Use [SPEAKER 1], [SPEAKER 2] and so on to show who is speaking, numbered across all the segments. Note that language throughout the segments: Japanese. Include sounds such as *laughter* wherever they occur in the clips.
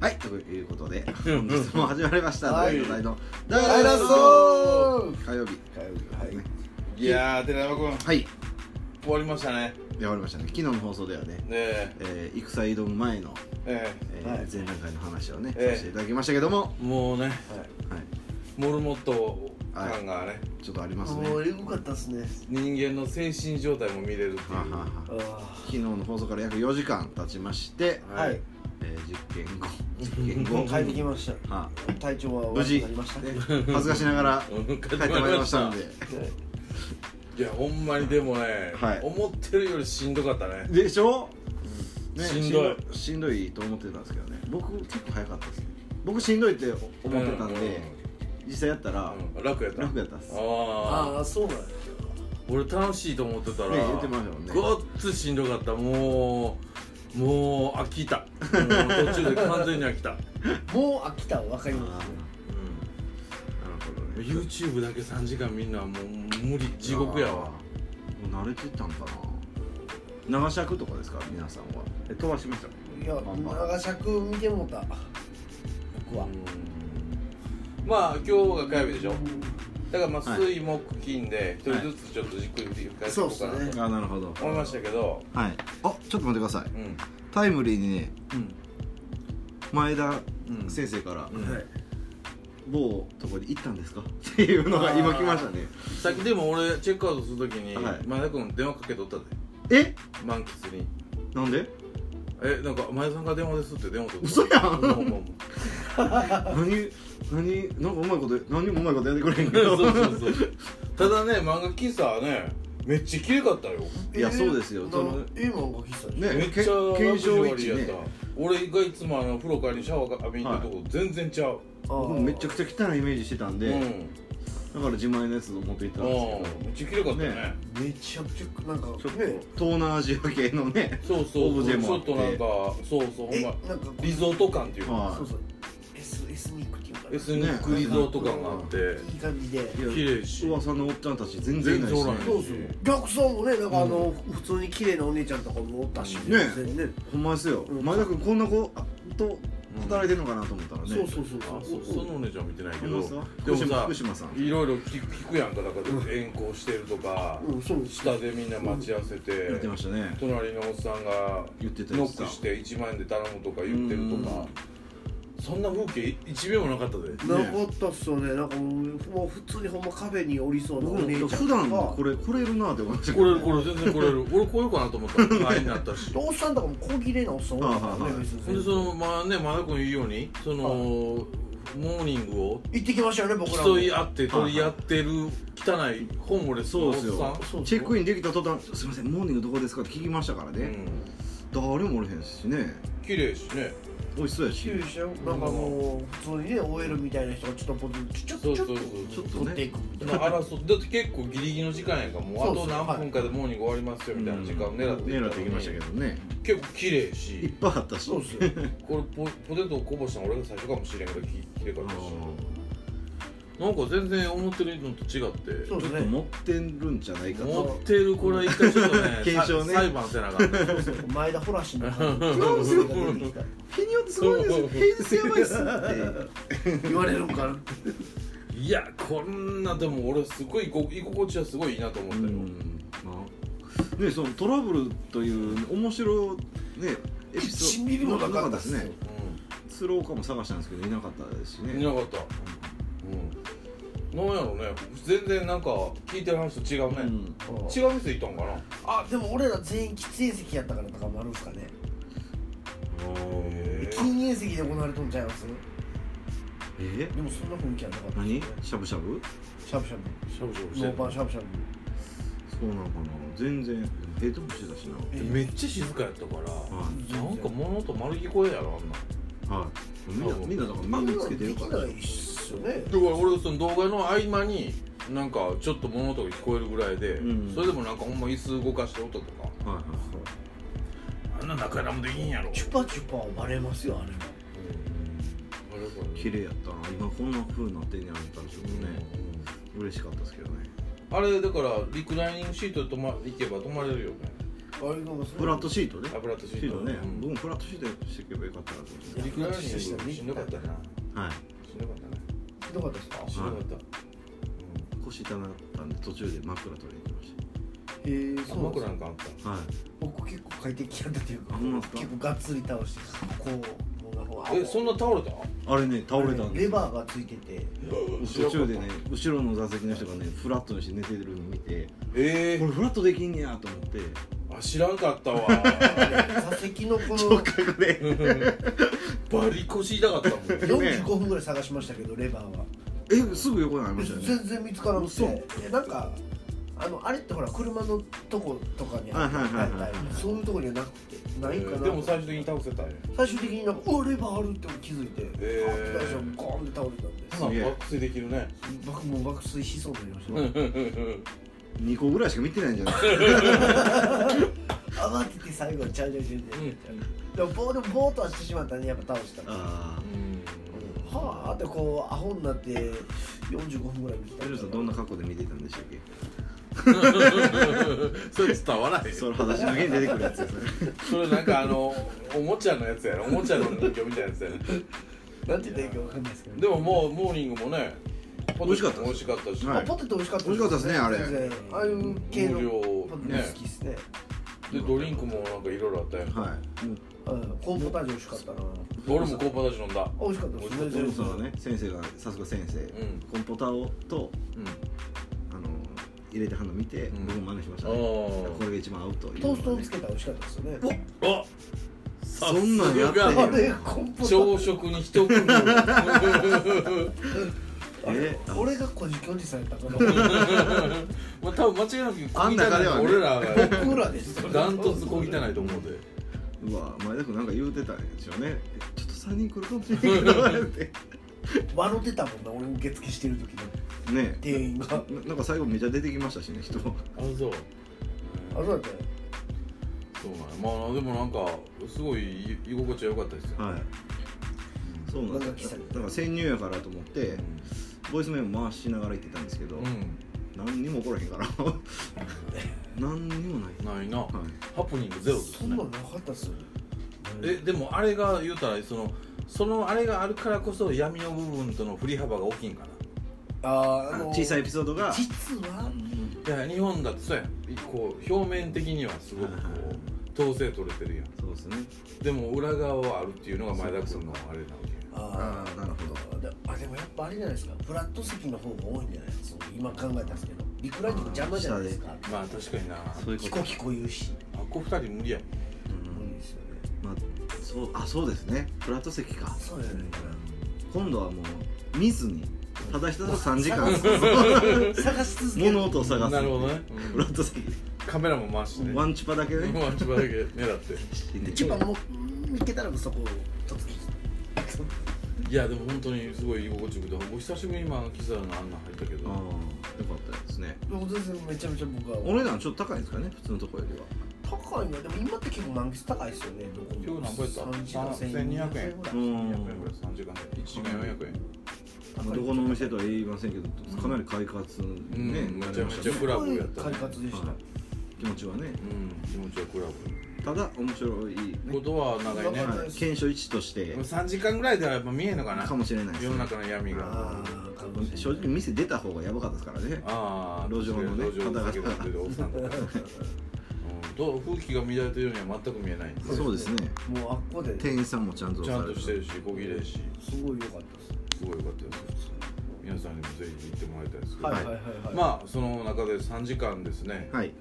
[SPEAKER 1] はい、ということで、
[SPEAKER 2] う
[SPEAKER 1] 本
[SPEAKER 2] ん
[SPEAKER 1] 日も始まりました、
[SPEAKER 3] は
[SPEAKER 1] 大
[SPEAKER 3] い
[SPEAKER 1] の大の
[SPEAKER 3] 大
[SPEAKER 1] 大
[SPEAKER 3] 脱走
[SPEAKER 1] 火曜日。
[SPEAKER 3] 火曜
[SPEAKER 1] はい、
[SPEAKER 3] 日
[SPEAKER 1] ね、
[SPEAKER 2] いやー寺山君
[SPEAKER 1] はい、
[SPEAKER 2] 終わりましたね
[SPEAKER 1] 終わりましたね。昨日の放送ではね、
[SPEAKER 2] ね
[SPEAKER 1] えー、戦挑む前の、
[SPEAKER 2] え
[SPEAKER 1] えー
[SPEAKER 3] はい
[SPEAKER 1] 前段階の話をね、
[SPEAKER 2] ええ
[SPEAKER 1] させていただきましたけども、
[SPEAKER 2] えもうね
[SPEAKER 1] はい、
[SPEAKER 2] モルモット感がね
[SPEAKER 1] ちょっとありますね。
[SPEAKER 3] も
[SPEAKER 1] は
[SPEAKER 3] うエグかったっすね
[SPEAKER 2] 人間の精神状態も見れるって
[SPEAKER 1] あはあはあ
[SPEAKER 3] あ
[SPEAKER 1] 昨日の放送から約4時間経ちまして、
[SPEAKER 3] あ
[SPEAKER 2] は
[SPEAKER 3] はいい
[SPEAKER 1] えー、実験後、実験
[SPEAKER 3] もう *laughs* 帰って
[SPEAKER 1] 後、
[SPEAKER 3] きました
[SPEAKER 1] はあ、
[SPEAKER 3] 体調は
[SPEAKER 1] 無
[SPEAKER 3] 悪
[SPEAKER 1] 事、
[SPEAKER 3] くな
[SPEAKER 1] ね
[SPEAKER 3] りました
[SPEAKER 1] 恥ずかしながら
[SPEAKER 2] うん
[SPEAKER 1] 帰ってまいりましたんで。
[SPEAKER 2] いういやほんまにでもね、
[SPEAKER 1] はい
[SPEAKER 2] 思ってるよりしんどかったね
[SPEAKER 1] でしょ、
[SPEAKER 2] うんしんどい
[SPEAKER 1] ししんどいと思ってたんですけどね僕結構早かったですね僕しんどいって思ってたんで、
[SPEAKER 2] うんうん
[SPEAKER 1] 実際やったら、
[SPEAKER 2] うん楽やった
[SPEAKER 1] 楽やったっす
[SPEAKER 2] あ
[SPEAKER 3] ああそうなんや
[SPEAKER 2] ー俺楽しいと思ってたら、
[SPEAKER 1] ね言ってましたもんね
[SPEAKER 2] ごっつしんどかったもうもう飽き
[SPEAKER 1] *laughs*
[SPEAKER 2] た、うん途中で完全に飽きた、
[SPEAKER 3] もう飽きたわかり
[SPEAKER 1] あーな
[SPEAKER 3] ますね
[SPEAKER 1] るほどね
[SPEAKER 2] YouTube だけ3時間みんなもう無理地獄やわ
[SPEAKER 1] あーもう慣れてたんかな長尺とかですか皆さんはえ飛ばしました
[SPEAKER 3] いや
[SPEAKER 1] バンバン
[SPEAKER 3] 長尺見てもうた僕は
[SPEAKER 2] まあ今日が火曜日でしょだからまあ
[SPEAKER 1] はい
[SPEAKER 2] 水木金で一人ずつちょっとじっくり振り返っていこうか
[SPEAKER 3] そうっ
[SPEAKER 2] な
[SPEAKER 3] す
[SPEAKER 2] と
[SPEAKER 3] ね
[SPEAKER 1] あーなるほど
[SPEAKER 2] 思いましたけど
[SPEAKER 1] はいあちょっと待ってください
[SPEAKER 2] うん
[SPEAKER 1] タイムリーにね前田
[SPEAKER 2] うん
[SPEAKER 1] 先生から、
[SPEAKER 2] うん
[SPEAKER 3] はい
[SPEAKER 1] 某とこに行ったんですかっていうのが今来ましたね
[SPEAKER 2] さっきでも俺チェックアウトするときに
[SPEAKER 1] はい
[SPEAKER 2] 前田君電話かけとったで
[SPEAKER 1] え
[SPEAKER 2] 満喫に
[SPEAKER 1] なんで
[SPEAKER 2] えなんか前田さんから電話ですって電話と
[SPEAKER 1] 嘘やん
[SPEAKER 2] もうもうもう
[SPEAKER 1] 何何なんかうまいこと何もうまいことやってくれへんけ
[SPEAKER 2] *laughs* そ
[SPEAKER 1] ど
[SPEAKER 2] うそうそうただね漫画喫茶はねめっちゃ綺麗かったよ
[SPEAKER 1] いやそうですよ
[SPEAKER 3] な
[SPEAKER 1] その
[SPEAKER 3] ええ漫画喫茶でし
[SPEAKER 1] ね
[SPEAKER 3] ょ
[SPEAKER 2] めっちゃ
[SPEAKER 1] け検証
[SPEAKER 2] ラグジュアリーやった
[SPEAKER 1] 一ね
[SPEAKER 2] 俺がいつもあの風呂帰りにシャワー浴びに行くとこ全然ちゃう
[SPEAKER 3] あ
[SPEAKER 1] 僕
[SPEAKER 3] あ
[SPEAKER 1] もめちゃくちゃ汚いイメージしてたんで、
[SPEAKER 2] うん
[SPEAKER 1] だから自前のやつを持って行ったんで
[SPEAKER 2] あ
[SPEAKER 1] す
[SPEAKER 2] あめっちゃ綺麗かったよね
[SPEAKER 1] ね
[SPEAKER 3] めちゃくちゃなんか
[SPEAKER 1] けどちょっと
[SPEAKER 3] ね
[SPEAKER 1] 東南アジア系のね
[SPEAKER 2] そうそ
[SPEAKER 1] オ
[SPEAKER 2] う
[SPEAKER 1] ブジェ
[SPEAKER 2] ち
[SPEAKER 1] もあ
[SPEAKER 2] ょ
[SPEAKER 1] っ
[SPEAKER 2] ってとなんかそうそうほん
[SPEAKER 3] え
[SPEAKER 2] ま
[SPEAKER 3] なんか
[SPEAKER 2] リゾート感っていうか
[SPEAKER 1] は
[SPEAKER 3] そうそうエスエスニックっていうか
[SPEAKER 2] エスニックリゾート感があって
[SPEAKER 3] いい感じで
[SPEAKER 1] い
[SPEAKER 2] 綺麗し
[SPEAKER 1] 噂のおっちゃんたち全然いないし、
[SPEAKER 2] 全然お
[SPEAKER 1] ね
[SPEAKER 2] らん、
[SPEAKER 3] そうそう逆さんもねなんかあの、普通に綺麗なお姉ちゃんとかもおったし
[SPEAKER 1] ね
[SPEAKER 3] 全然ね
[SPEAKER 1] ほんまですよ、
[SPEAKER 3] うん
[SPEAKER 1] 前田君こんな子あと働いてるのかなと思ったらね、
[SPEAKER 3] そうそうそう
[SPEAKER 2] あ
[SPEAKER 3] そ
[SPEAKER 2] そううそのお姉ちゃん見てないけ
[SPEAKER 1] ほんま
[SPEAKER 2] ど
[SPEAKER 1] っすか福島福島さん
[SPEAKER 2] いろいろ聞く聞くやんかだから遠行してるとか
[SPEAKER 3] うんそう
[SPEAKER 2] 下でみんな待ち合わせて
[SPEAKER 1] 言ってましたね
[SPEAKER 2] 隣のおっさんが
[SPEAKER 1] 言ってたや
[SPEAKER 2] ノ
[SPEAKER 1] つ
[SPEAKER 2] ッ
[SPEAKER 1] さ
[SPEAKER 2] クして1万円で頼むとか言ってるとかそんな風景1秒もなかったで
[SPEAKER 3] なかったっすよねなんかもうもう普通にほんまカフェにおりそうなお
[SPEAKER 1] 僕も
[SPEAKER 3] 姉ちゃんとか
[SPEAKER 1] 普段これ来れるなって思って
[SPEAKER 2] これこれ全然これる俺こういうかなと思ったらああになったし
[SPEAKER 3] おっさんとかも小切れなおっさん多かった
[SPEAKER 1] ああ
[SPEAKER 3] ね
[SPEAKER 1] はい
[SPEAKER 3] 別
[SPEAKER 2] ほんで
[SPEAKER 3] に
[SPEAKER 2] そのまあね前田君言うようにその
[SPEAKER 3] はい
[SPEAKER 2] モーニングを
[SPEAKER 3] 行ってきましたよね僕らも
[SPEAKER 2] 競い合って取り合ってる汚い本俺
[SPEAKER 1] そうですよ
[SPEAKER 3] そう
[SPEAKER 1] チェックインできた途端「すいませんモーニングどこですか?」って聞きましたから
[SPEAKER 2] う
[SPEAKER 1] ね、
[SPEAKER 2] ん
[SPEAKER 1] 誰もおれへんしね
[SPEAKER 2] 綺麗しね
[SPEAKER 1] 美味しそうやし
[SPEAKER 3] 注意したよなんかもう普通にね OL みたいな人がちょっとポツンちょちょちょっと
[SPEAKER 2] そうそう
[SPEAKER 1] そうちょっとね
[SPEAKER 3] 取っていくみた
[SPEAKER 2] そ
[SPEAKER 3] い
[SPEAKER 2] の
[SPEAKER 3] な
[SPEAKER 2] 争ってだって結構ギリギリの時間やんからもうあ
[SPEAKER 3] そうそ
[SPEAKER 2] と
[SPEAKER 3] う
[SPEAKER 2] 何分かでモーニング終わりますよみたいな時間を狙って
[SPEAKER 1] 狙っていきましたけ
[SPEAKER 2] ど
[SPEAKER 1] どね
[SPEAKER 2] 結構綺麗
[SPEAKER 1] いっ
[SPEAKER 2] し
[SPEAKER 1] ぱいあったし
[SPEAKER 3] *laughs* そうっすよ
[SPEAKER 2] これポポテトをこぼしたの俺が最初かもしれんけどき綺麗かったしなんか全然思ってるのと違って
[SPEAKER 3] そう
[SPEAKER 1] ちょ
[SPEAKER 3] で
[SPEAKER 1] っ
[SPEAKER 3] す
[SPEAKER 1] と
[SPEAKER 3] ね
[SPEAKER 1] 持ってるんじゃないか
[SPEAKER 2] 持
[SPEAKER 1] と
[SPEAKER 2] ってるこれは一回ちょっと
[SPEAKER 1] *laughs*
[SPEAKER 2] ね
[SPEAKER 1] 検証ね
[SPEAKER 2] さ裁判せなあかった
[SPEAKER 3] そうそう前田ホラシの感
[SPEAKER 1] 違うんです
[SPEAKER 3] じ
[SPEAKER 1] よ
[SPEAKER 3] が出てきた
[SPEAKER 1] 日によってすごいですよ平日やばいっすって
[SPEAKER 3] 言われるんかない
[SPEAKER 2] やこんなでも俺すごい居心居心地はすごいいいなと
[SPEAKER 1] う
[SPEAKER 2] 思ったよ、
[SPEAKER 1] んねそのトラブルという面白いねエピソ
[SPEAKER 3] 1ミ
[SPEAKER 1] ー
[SPEAKER 3] リ
[SPEAKER 1] ド
[SPEAKER 3] もなかった
[SPEAKER 1] で
[SPEAKER 3] っ
[SPEAKER 1] す
[SPEAKER 3] すよ
[SPEAKER 1] ね鶴岡も探したんですけどいなかったですし
[SPEAKER 2] うんい
[SPEAKER 1] ね
[SPEAKER 2] なかったうんなんやろね全然なんか聞いてる話と違うね、
[SPEAKER 1] うん
[SPEAKER 2] 違う店行ったんかな
[SPEAKER 3] あでも俺ら全員喫煙席やったからとかもあるんすかね
[SPEAKER 2] へー
[SPEAKER 3] 禁煙席で行われとんちゃいます
[SPEAKER 1] え
[SPEAKER 3] でもそんな雰囲気はなかった
[SPEAKER 1] 何
[SPEAKER 3] ですね
[SPEAKER 1] しゃぶしゃぶ
[SPEAKER 3] しゃぶしゃ
[SPEAKER 2] しゃぶしゃぶ
[SPEAKER 3] ぶノーパンしゃぶしゃぶ
[SPEAKER 1] そうなのかな全然ヘッドもしてたしな
[SPEAKER 3] え
[SPEAKER 2] めっちゃ静かやったから、
[SPEAKER 1] は
[SPEAKER 2] なんか物音丸聞こえやろあんない
[SPEAKER 1] はいみんなみんなだから
[SPEAKER 3] あん
[SPEAKER 1] 耳
[SPEAKER 3] な
[SPEAKER 1] つけ
[SPEAKER 3] ん
[SPEAKER 1] て
[SPEAKER 3] で
[SPEAKER 1] る
[SPEAKER 3] き
[SPEAKER 1] か
[SPEAKER 3] な
[SPEAKER 1] ら
[SPEAKER 3] いっすよね
[SPEAKER 2] だから俺その動画の合間になんかちょっと物音が聞こえるぐらいで、
[SPEAKER 1] うん
[SPEAKER 2] それでもなんかほんま椅子動かした音とか
[SPEAKER 1] はい
[SPEAKER 2] あんな中山でいいんやろ
[SPEAKER 3] チュパチュパはバレますよあれは
[SPEAKER 1] 綺麗やったな今こんな風になってんねやろったんでしょうね嬉しかったですけどね
[SPEAKER 2] あれだからリクライニングシートで泊ま行けば泊まれるよね
[SPEAKER 3] あれなんかすごい
[SPEAKER 1] フラットシートね
[SPEAKER 2] 油とシ
[SPEAKER 1] シ
[SPEAKER 2] ー
[SPEAKER 1] ー
[SPEAKER 2] ト
[SPEAKER 1] トね、
[SPEAKER 2] うん
[SPEAKER 1] 僕もフラットシートしていけばよかったなと思っ
[SPEAKER 3] いや
[SPEAKER 2] リクライニングしんどかったな
[SPEAKER 1] てはい
[SPEAKER 2] しんどかったな
[SPEAKER 3] ひどかったですか
[SPEAKER 2] しんどかった、
[SPEAKER 1] 腰痛なったんで途中で枕取りに行きまし
[SPEAKER 3] へえー、
[SPEAKER 2] うん、
[SPEAKER 3] そうで
[SPEAKER 2] 枕
[SPEAKER 3] す
[SPEAKER 2] なんかあった
[SPEAKER 1] たはい
[SPEAKER 3] 僕結構快適やったという
[SPEAKER 1] あ
[SPEAKER 3] か
[SPEAKER 1] ほんまですか
[SPEAKER 3] 結構がっつり倒してこうもうなんか
[SPEAKER 2] えそんな倒れた
[SPEAKER 1] あれね倒れたんです
[SPEAKER 3] レバーがついて
[SPEAKER 2] *laughs*
[SPEAKER 3] て
[SPEAKER 1] 途中でね後ろの座席の人がねフラットにして寝てるのを見て
[SPEAKER 2] え
[SPEAKER 1] これフラットできんねやと思って
[SPEAKER 2] ー、あ知らんかった *laughs* わ
[SPEAKER 3] 座席のこの
[SPEAKER 1] 直角で
[SPEAKER 2] バリ腰痛かったもん
[SPEAKER 3] 45分ぐらい探しましたけどレバーは
[SPEAKER 1] えすぐ横にありましたよね
[SPEAKER 3] 全然見つからなくて
[SPEAKER 1] 嘘
[SPEAKER 3] えなんかあのあれってほら車のとことかにあったり
[SPEAKER 1] はいはいはいはい
[SPEAKER 3] そういうとこにはなくてないかな
[SPEAKER 2] でも最終的に倒せたんや
[SPEAKER 3] 最終的になんか「おレバーある!」って気づいて、
[SPEAKER 2] えー
[SPEAKER 3] あ大丈夫ゴーンって倒れたんで
[SPEAKER 2] まあ爆睡できるね
[SPEAKER 3] 僕もう爆睡しそうになりました、
[SPEAKER 1] 2個ぐらいしか見てないんじゃない *laughs*
[SPEAKER 3] 慌てて最後チャージャーしてでもボールボーっとはしてしまったねやっぱ倒したら
[SPEAKER 1] ああ
[SPEAKER 3] はあってこうアホになって45分ぐらい見てた
[SPEAKER 1] エルさんどんな格好で見てたんでしたっけ
[SPEAKER 2] *laughs* それ伝わらへん
[SPEAKER 1] それ裸足の芸に出てくるやつですね *laughs*
[SPEAKER 2] それなんかあのおもちゃのやつやろおもちゃの人形みたいなやつやね
[SPEAKER 3] なんて言ったらいいかわかんないですけど、
[SPEAKER 2] でももうモーニングもねポテトも美味しかったし
[SPEAKER 1] はい
[SPEAKER 3] あポテト美味しかった
[SPEAKER 1] 美味しかったですねあれ
[SPEAKER 3] 全然ああいう系
[SPEAKER 2] 無
[SPEAKER 3] の
[SPEAKER 2] 料
[SPEAKER 3] ポテ
[SPEAKER 2] ね
[SPEAKER 3] ト好きですね
[SPEAKER 2] でドリンクもなんかいろいろあったやん
[SPEAKER 1] はいもう
[SPEAKER 3] うんコーンポタージュ美味しかったな
[SPEAKER 2] 俺もコーンポタージュ飲んだ
[SPEAKER 3] あ美味しかったですね
[SPEAKER 1] エルさんはね先生がさすが先生、
[SPEAKER 2] ん
[SPEAKER 1] コンポタをと
[SPEAKER 2] うん
[SPEAKER 1] あの入れてはんの見て、
[SPEAKER 2] うん
[SPEAKER 1] 僕も真似しましたね
[SPEAKER 2] お
[SPEAKER 1] こ
[SPEAKER 2] ー
[SPEAKER 1] れが一番合うというの
[SPEAKER 3] ト
[SPEAKER 1] は
[SPEAKER 3] ー
[SPEAKER 1] ね、
[SPEAKER 3] ストをつけたら美味しかったですよね
[SPEAKER 2] あ
[SPEAKER 1] そんなんやってん
[SPEAKER 2] さす
[SPEAKER 1] の
[SPEAKER 2] が
[SPEAKER 3] あれコーンポター
[SPEAKER 2] 朝食に一 *laughs* 組
[SPEAKER 1] え
[SPEAKER 3] ジュ俺がこじきおじさんやった *laughs* から
[SPEAKER 2] まあ多分間違いなく
[SPEAKER 1] あん中ではね
[SPEAKER 2] 俺らが
[SPEAKER 3] 僕らです
[SPEAKER 2] ダントツ小汚いと思うで
[SPEAKER 1] うわ前田君なんか言うてたんでしょうねちょっと3人来るかもしれんけどって
[SPEAKER 2] *laughs*
[SPEAKER 3] 笑ってたもんな俺受付してる時の
[SPEAKER 1] ね
[SPEAKER 3] 店員が
[SPEAKER 1] ななんか最後めちゃ出てきましたしね人
[SPEAKER 2] あそう
[SPEAKER 3] あそうだったよ
[SPEAKER 2] そうなんやまあでもなんかすごい居居心地は良かったですよ、
[SPEAKER 1] はいそうなんですよ
[SPEAKER 3] なんか喫茶
[SPEAKER 1] だから潜入やからと思ってボイスメモ回しながら行ってたんですけど、
[SPEAKER 2] うん、う
[SPEAKER 1] 何にも起こらへんから *laughs* 何にもない
[SPEAKER 2] ん、ないな、
[SPEAKER 1] はい
[SPEAKER 2] ハプニングゼロです
[SPEAKER 3] そんな
[SPEAKER 2] ね
[SPEAKER 3] のなかったっすよね
[SPEAKER 2] えでもあれが言うたらそのそのあれがあるからこそ闇の部分との振り幅が大きいんか
[SPEAKER 3] あーあ
[SPEAKER 1] あ
[SPEAKER 3] の
[SPEAKER 1] の小さいエピソードが
[SPEAKER 3] 実は
[SPEAKER 1] うん
[SPEAKER 2] ないや日本だとそうやんこう表面的にはすごくこ
[SPEAKER 1] はいはいう
[SPEAKER 2] 統制取れてるやん
[SPEAKER 1] そうですね
[SPEAKER 2] でも裏側はあるっていうのが前田君のあれなわけや
[SPEAKER 1] ああなるほど
[SPEAKER 3] ーであでもやっぱあれじゃないですかフラット席の方が多いんじゃないですか今考えたんですけどリクライニング邪魔じゃないですか
[SPEAKER 2] まあ確かになあ
[SPEAKER 1] そういうこ
[SPEAKER 3] キ
[SPEAKER 1] と
[SPEAKER 3] コキコ言うし
[SPEAKER 2] っこ二人無理や
[SPEAKER 1] うん
[SPEAKER 3] 無理ですよね
[SPEAKER 1] まあ、そうあそうですねフラット席か
[SPEAKER 3] そうじゃないか
[SPEAKER 1] 今度はもう見ずにただひたすら3時間
[SPEAKER 3] な探し続ける
[SPEAKER 1] 物音を探す
[SPEAKER 2] なるほどね、
[SPEAKER 1] フラット席
[SPEAKER 2] カメラも回してね
[SPEAKER 1] ワンチュパだけね
[SPEAKER 2] ワンチバだけ狙って
[SPEAKER 3] 一番もううん見つけたらもうそこを突撃
[SPEAKER 2] いやでも本当にすごい居心地よくてお久しぶりに今キザのあんなん入ったけ
[SPEAKER 1] ああ
[SPEAKER 2] ど
[SPEAKER 1] よかったですね
[SPEAKER 3] もう全然めちゃめちゃ僕は
[SPEAKER 1] お値段ちょっと高いんですかね普通のとこよりは
[SPEAKER 3] 高いなでも今って結構満喫高いですよねどこも
[SPEAKER 2] 今日何
[SPEAKER 3] 3時
[SPEAKER 2] 本
[SPEAKER 3] 間
[SPEAKER 2] やった1200
[SPEAKER 3] 1200
[SPEAKER 2] 円
[SPEAKER 3] 円ぐらい
[SPEAKER 1] うん
[SPEAKER 2] 200円ぐらい3時間で1時間400円
[SPEAKER 1] まあどこのお店とは言いませんけどかなり快活
[SPEAKER 2] うん
[SPEAKER 1] ね、
[SPEAKER 2] め
[SPEAKER 1] な
[SPEAKER 2] ち
[SPEAKER 1] り
[SPEAKER 2] ゃ
[SPEAKER 1] ま
[SPEAKER 2] め
[SPEAKER 1] し
[SPEAKER 2] ち
[SPEAKER 1] た
[SPEAKER 2] ゃ
[SPEAKER 1] ね
[SPEAKER 2] クラブやっ
[SPEAKER 3] す
[SPEAKER 2] た
[SPEAKER 3] ごい
[SPEAKER 2] ね
[SPEAKER 3] 快活でした、
[SPEAKER 1] はい気持ちはね
[SPEAKER 2] うん気持ちはクラブ
[SPEAKER 1] ただ面白いね
[SPEAKER 2] ことは長いね
[SPEAKER 3] は
[SPEAKER 1] はい検証一として
[SPEAKER 2] 3時間ぐらいではやっぱ見えんのかな
[SPEAKER 1] かもしれないで
[SPEAKER 2] 世
[SPEAKER 1] す
[SPEAKER 2] の
[SPEAKER 1] ね
[SPEAKER 2] 中の闇が
[SPEAKER 3] ああかもし
[SPEAKER 1] 正
[SPEAKER 3] れ
[SPEAKER 1] 直店出た方がやばかったですからね
[SPEAKER 2] ああ
[SPEAKER 1] 路上のね
[SPEAKER 2] 路上の酒飲んでるおっさんとか
[SPEAKER 3] ない
[SPEAKER 2] うんと風紀が乱れてるようには全く見えないんですよ
[SPEAKER 1] そうですね
[SPEAKER 3] もうあっこで
[SPEAKER 1] 店員さんもちゃんと
[SPEAKER 2] ちゃんとしてるし小綺麗し
[SPEAKER 3] すごい良かったです
[SPEAKER 2] すごい良かったです皆さんにもぜひ行ってもらいたいですけど、
[SPEAKER 3] はい
[SPEAKER 1] は
[SPEAKER 3] はいいはいはい、あ
[SPEAKER 2] まあその中で3時間ですね、
[SPEAKER 1] はい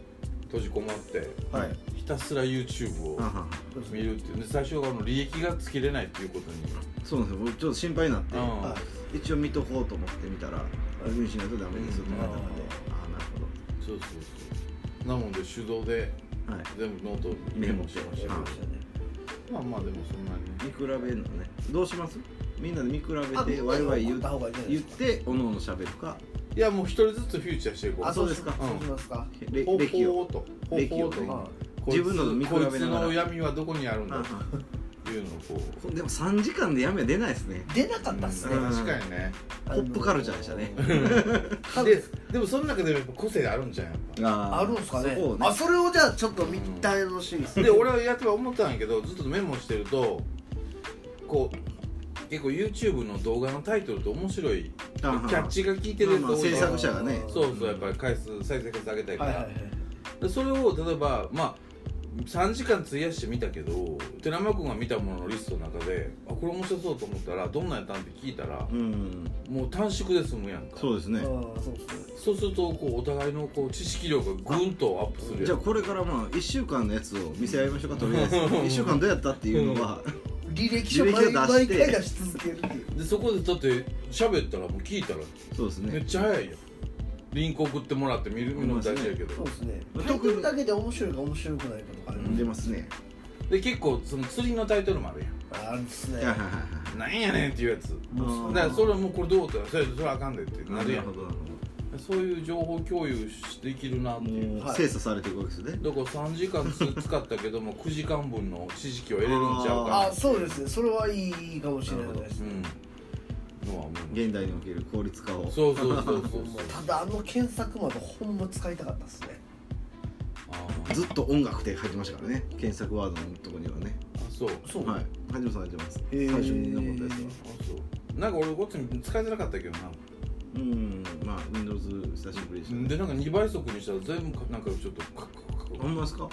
[SPEAKER 2] 閉じこもって
[SPEAKER 1] はい
[SPEAKER 2] ひたすら YouTube を
[SPEAKER 1] あはは
[SPEAKER 2] 見るっていうで最初はあの利益がつけれないっていうことに、
[SPEAKER 1] そうなんですよ僕ちょっと心配になっ
[SPEAKER 2] うん
[SPEAKER 1] て一応見とこうと思ってみたら「無理しないとダメです」って言われたのでああなる
[SPEAKER 2] そうそうそうなので手動で
[SPEAKER 1] ほどはい
[SPEAKER 2] 全部ノートにメモしてました
[SPEAKER 1] メモ
[SPEAKER 3] りましたね
[SPEAKER 2] まあまあでもそんなに
[SPEAKER 1] 見比べるのねどうしますみんなで見比べてワイワイ言
[SPEAKER 3] っ
[SPEAKER 1] う
[SPEAKER 3] た方がいいんじゃない
[SPEAKER 1] 言っ
[SPEAKER 3] ですか
[SPEAKER 1] ておのおのしゃべるか
[SPEAKER 2] いやもう一人ずつフューチャーしていこう
[SPEAKER 3] あそうです
[SPEAKER 1] そうで
[SPEAKER 3] か
[SPEAKER 1] す
[SPEAKER 2] か
[SPEAKER 3] そうしますか
[SPEAKER 1] れ
[SPEAKER 2] ほう
[SPEAKER 1] 歴
[SPEAKER 2] ほ
[SPEAKER 1] を
[SPEAKER 2] うとほう
[SPEAKER 1] 歴
[SPEAKER 2] ほ
[SPEAKER 1] を
[SPEAKER 2] うと
[SPEAKER 1] ね
[SPEAKER 3] は
[SPEAKER 2] こいつ
[SPEAKER 1] 自分のと見比べながら
[SPEAKER 2] こいつの闇はどこにあるんだ
[SPEAKER 1] あ
[SPEAKER 2] っていうのをこう
[SPEAKER 1] こでも3時間でやめ出ないですね
[SPEAKER 3] 出なかったっすね、
[SPEAKER 1] うん
[SPEAKER 2] 確かにね
[SPEAKER 1] ポップカルチャーでしたね
[SPEAKER 3] 多分
[SPEAKER 2] ででもその中でもやっぱ個性あるんじゃんやっぱ
[SPEAKER 1] あ
[SPEAKER 3] あるんすかね
[SPEAKER 1] そうね
[SPEAKER 3] あそれをじゃあちょっと見たいのシーンですね
[SPEAKER 2] で俺はやっては思ったんやけどずっとメモしてるとこう結構 YouTube の動画のタイトルって面白いキ
[SPEAKER 1] あ
[SPEAKER 2] ャ
[SPEAKER 1] は
[SPEAKER 2] ッチが効いてるやつ
[SPEAKER 1] まあまあ
[SPEAKER 2] 多い
[SPEAKER 1] 制
[SPEAKER 2] やん
[SPEAKER 1] 作者がね
[SPEAKER 2] そうそうやっぱり回数再生回数上げたいか
[SPEAKER 3] はい
[SPEAKER 2] ら、
[SPEAKER 3] はいはい
[SPEAKER 2] でそれを例えばまあ3時間費やして見たけど寺山君が見たもののリストの中であこれ面白そうと思ったらどんなんやったんって聞いたら
[SPEAKER 1] うん
[SPEAKER 2] もう短縮で済むやんか
[SPEAKER 1] そうですね
[SPEAKER 3] ああそうですね
[SPEAKER 2] そうするとこうお互いのこう知識量がぐんとアップするやん
[SPEAKER 1] じゃあこれからまあ1週間のやつを見せ合いましょうかとりあえず1週間どうやったっていうのは
[SPEAKER 3] 履歴書
[SPEAKER 1] 履歴
[SPEAKER 3] 毎
[SPEAKER 1] 書出
[SPEAKER 3] 毎
[SPEAKER 1] して
[SPEAKER 3] 回出し続けるっていう
[SPEAKER 2] でそこでだって喋ったらもう聞いたら
[SPEAKER 1] そうです
[SPEAKER 2] めっ
[SPEAKER 1] ね
[SPEAKER 2] ちゃ早いよリンク送ってもらって見る見るのも大事やけ
[SPEAKER 3] そ
[SPEAKER 2] ど
[SPEAKER 3] うですね
[SPEAKER 1] 特に
[SPEAKER 3] タイトルだけで面白いか面白くないかとかある
[SPEAKER 1] 出ますね
[SPEAKER 2] で結構その釣りのタイトルもあるやん
[SPEAKER 3] あるっすね
[SPEAKER 1] はいはいはい
[SPEAKER 2] 「なんやねん」っていうやつだ
[SPEAKER 1] はい
[SPEAKER 2] からそれはもうこれどうってそれそれあかんでってなるや
[SPEAKER 1] なるほ
[SPEAKER 2] ん
[SPEAKER 1] どなるほど
[SPEAKER 2] そういう情報共有できるなっていう
[SPEAKER 1] もう精査されていくわけですね、
[SPEAKER 2] だから3時間つ使ったけども9時間分の知識を得れるんちゃう
[SPEAKER 3] あ
[SPEAKER 2] か
[SPEAKER 3] そうですねそれはいいかもしれないです
[SPEAKER 2] う
[SPEAKER 3] ね
[SPEAKER 2] んのは思う
[SPEAKER 1] 現代における効率化を
[SPEAKER 2] そうそうそうそうそ
[SPEAKER 3] ほ
[SPEAKER 2] うん
[SPEAKER 3] まただあの検索窓ほんま使いたかったっすね
[SPEAKER 2] あ
[SPEAKER 1] ずっと音楽って入ってましたからね検索ワードのとこにはね
[SPEAKER 2] ーあそう
[SPEAKER 3] そう
[SPEAKER 1] はいはじめさん入ってます
[SPEAKER 3] へー
[SPEAKER 1] 最初に残ったやつは
[SPEAKER 2] あそうなんか俺こっち使いづらかったけどな
[SPEAKER 1] うんまあ Windows 久しぶりでしたね
[SPEAKER 2] でなんか2倍速にしたら全部かなんかちょっとカクカクカ
[SPEAKER 1] あ
[SPEAKER 2] ク
[SPEAKER 1] んまですか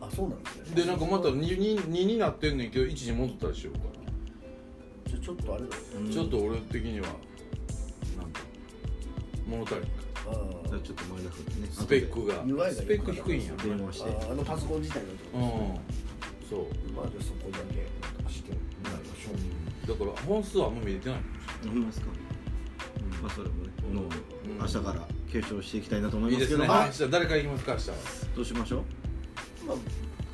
[SPEAKER 3] あそうなんですね
[SPEAKER 2] でなんかまた 2, 2, になってんねんけど1に戻ったりしようか
[SPEAKER 3] ちょちょっとあれだね
[SPEAKER 2] な、ちょっと俺的にはなんか物足りんか
[SPEAKER 1] じ
[SPEAKER 3] あ
[SPEAKER 1] ゃあ
[SPEAKER 3] ー
[SPEAKER 1] ちょっとマイナスね
[SPEAKER 2] スペックが
[SPEAKER 3] UI が良くなかった
[SPEAKER 2] スペック低いんや
[SPEAKER 1] 後で電話し
[SPEAKER 3] あ
[SPEAKER 1] て
[SPEAKER 3] ーあのパソコン自体のと
[SPEAKER 2] うんそう
[SPEAKER 3] まあじゃあそこだけなんとかしてなりましょう
[SPEAKER 2] だから本数はあんま見れてない、
[SPEAKER 1] あほんまですかまあそれもねおのおの
[SPEAKER 2] うん
[SPEAKER 1] 明日から継承していきたいなと思い
[SPEAKER 2] いい
[SPEAKER 1] ま
[SPEAKER 2] です
[SPEAKER 1] け
[SPEAKER 2] す
[SPEAKER 1] ど
[SPEAKER 2] ね
[SPEAKER 1] あ
[SPEAKER 2] 明日誰から行きますか
[SPEAKER 1] どうしましょう
[SPEAKER 3] まあ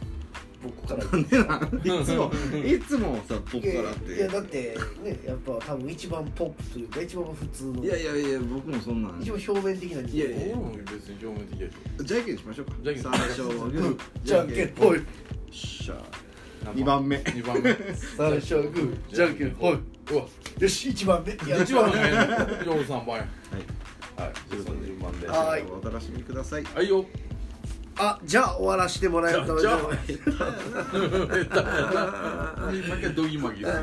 [SPEAKER 3] 僕から
[SPEAKER 1] なんで *laughs* なんいつも
[SPEAKER 2] うん
[SPEAKER 1] いつもさ僕
[SPEAKER 3] いや
[SPEAKER 1] からっ
[SPEAKER 3] いや
[SPEAKER 1] て
[SPEAKER 3] だってねやっぱ多分一番ポップというか一番普通の
[SPEAKER 1] いやいやいや僕もそんなん
[SPEAKER 3] 一
[SPEAKER 1] じ
[SPEAKER 3] 番表面的な人
[SPEAKER 1] いや
[SPEAKER 2] 明
[SPEAKER 1] い
[SPEAKER 2] 日
[SPEAKER 1] や
[SPEAKER 2] 俺も別に表面的やけ
[SPEAKER 1] ゃんけんしましょうか
[SPEAKER 2] じゃんけん
[SPEAKER 1] 最初はグー
[SPEAKER 3] じゃんけんぽい
[SPEAKER 1] よっしゃ
[SPEAKER 2] ど
[SPEAKER 1] 2番目
[SPEAKER 2] 2番目
[SPEAKER 3] 最初はグーじゃんけんぽいうわよし一番目いや
[SPEAKER 2] 1番目 *laughs* 夜3番や
[SPEAKER 1] はい
[SPEAKER 2] はい
[SPEAKER 1] ということで
[SPEAKER 2] 順番で
[SPEAKER 3] は
[SPEAKER 2] は
[SPEAKER 3] ーい
[SPEAKER 1] お楽しみください
[SPEAKER 2] いよ *laughs*
[SPEAKER 3] あじゃあ終わらせてもらえたら
[SPEAKER 2] じゃあ負けドギマギ
[SPEAKER 3] さ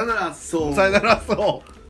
[SPEAKER 3] よならそう
[SPEAKER 1] さよならそう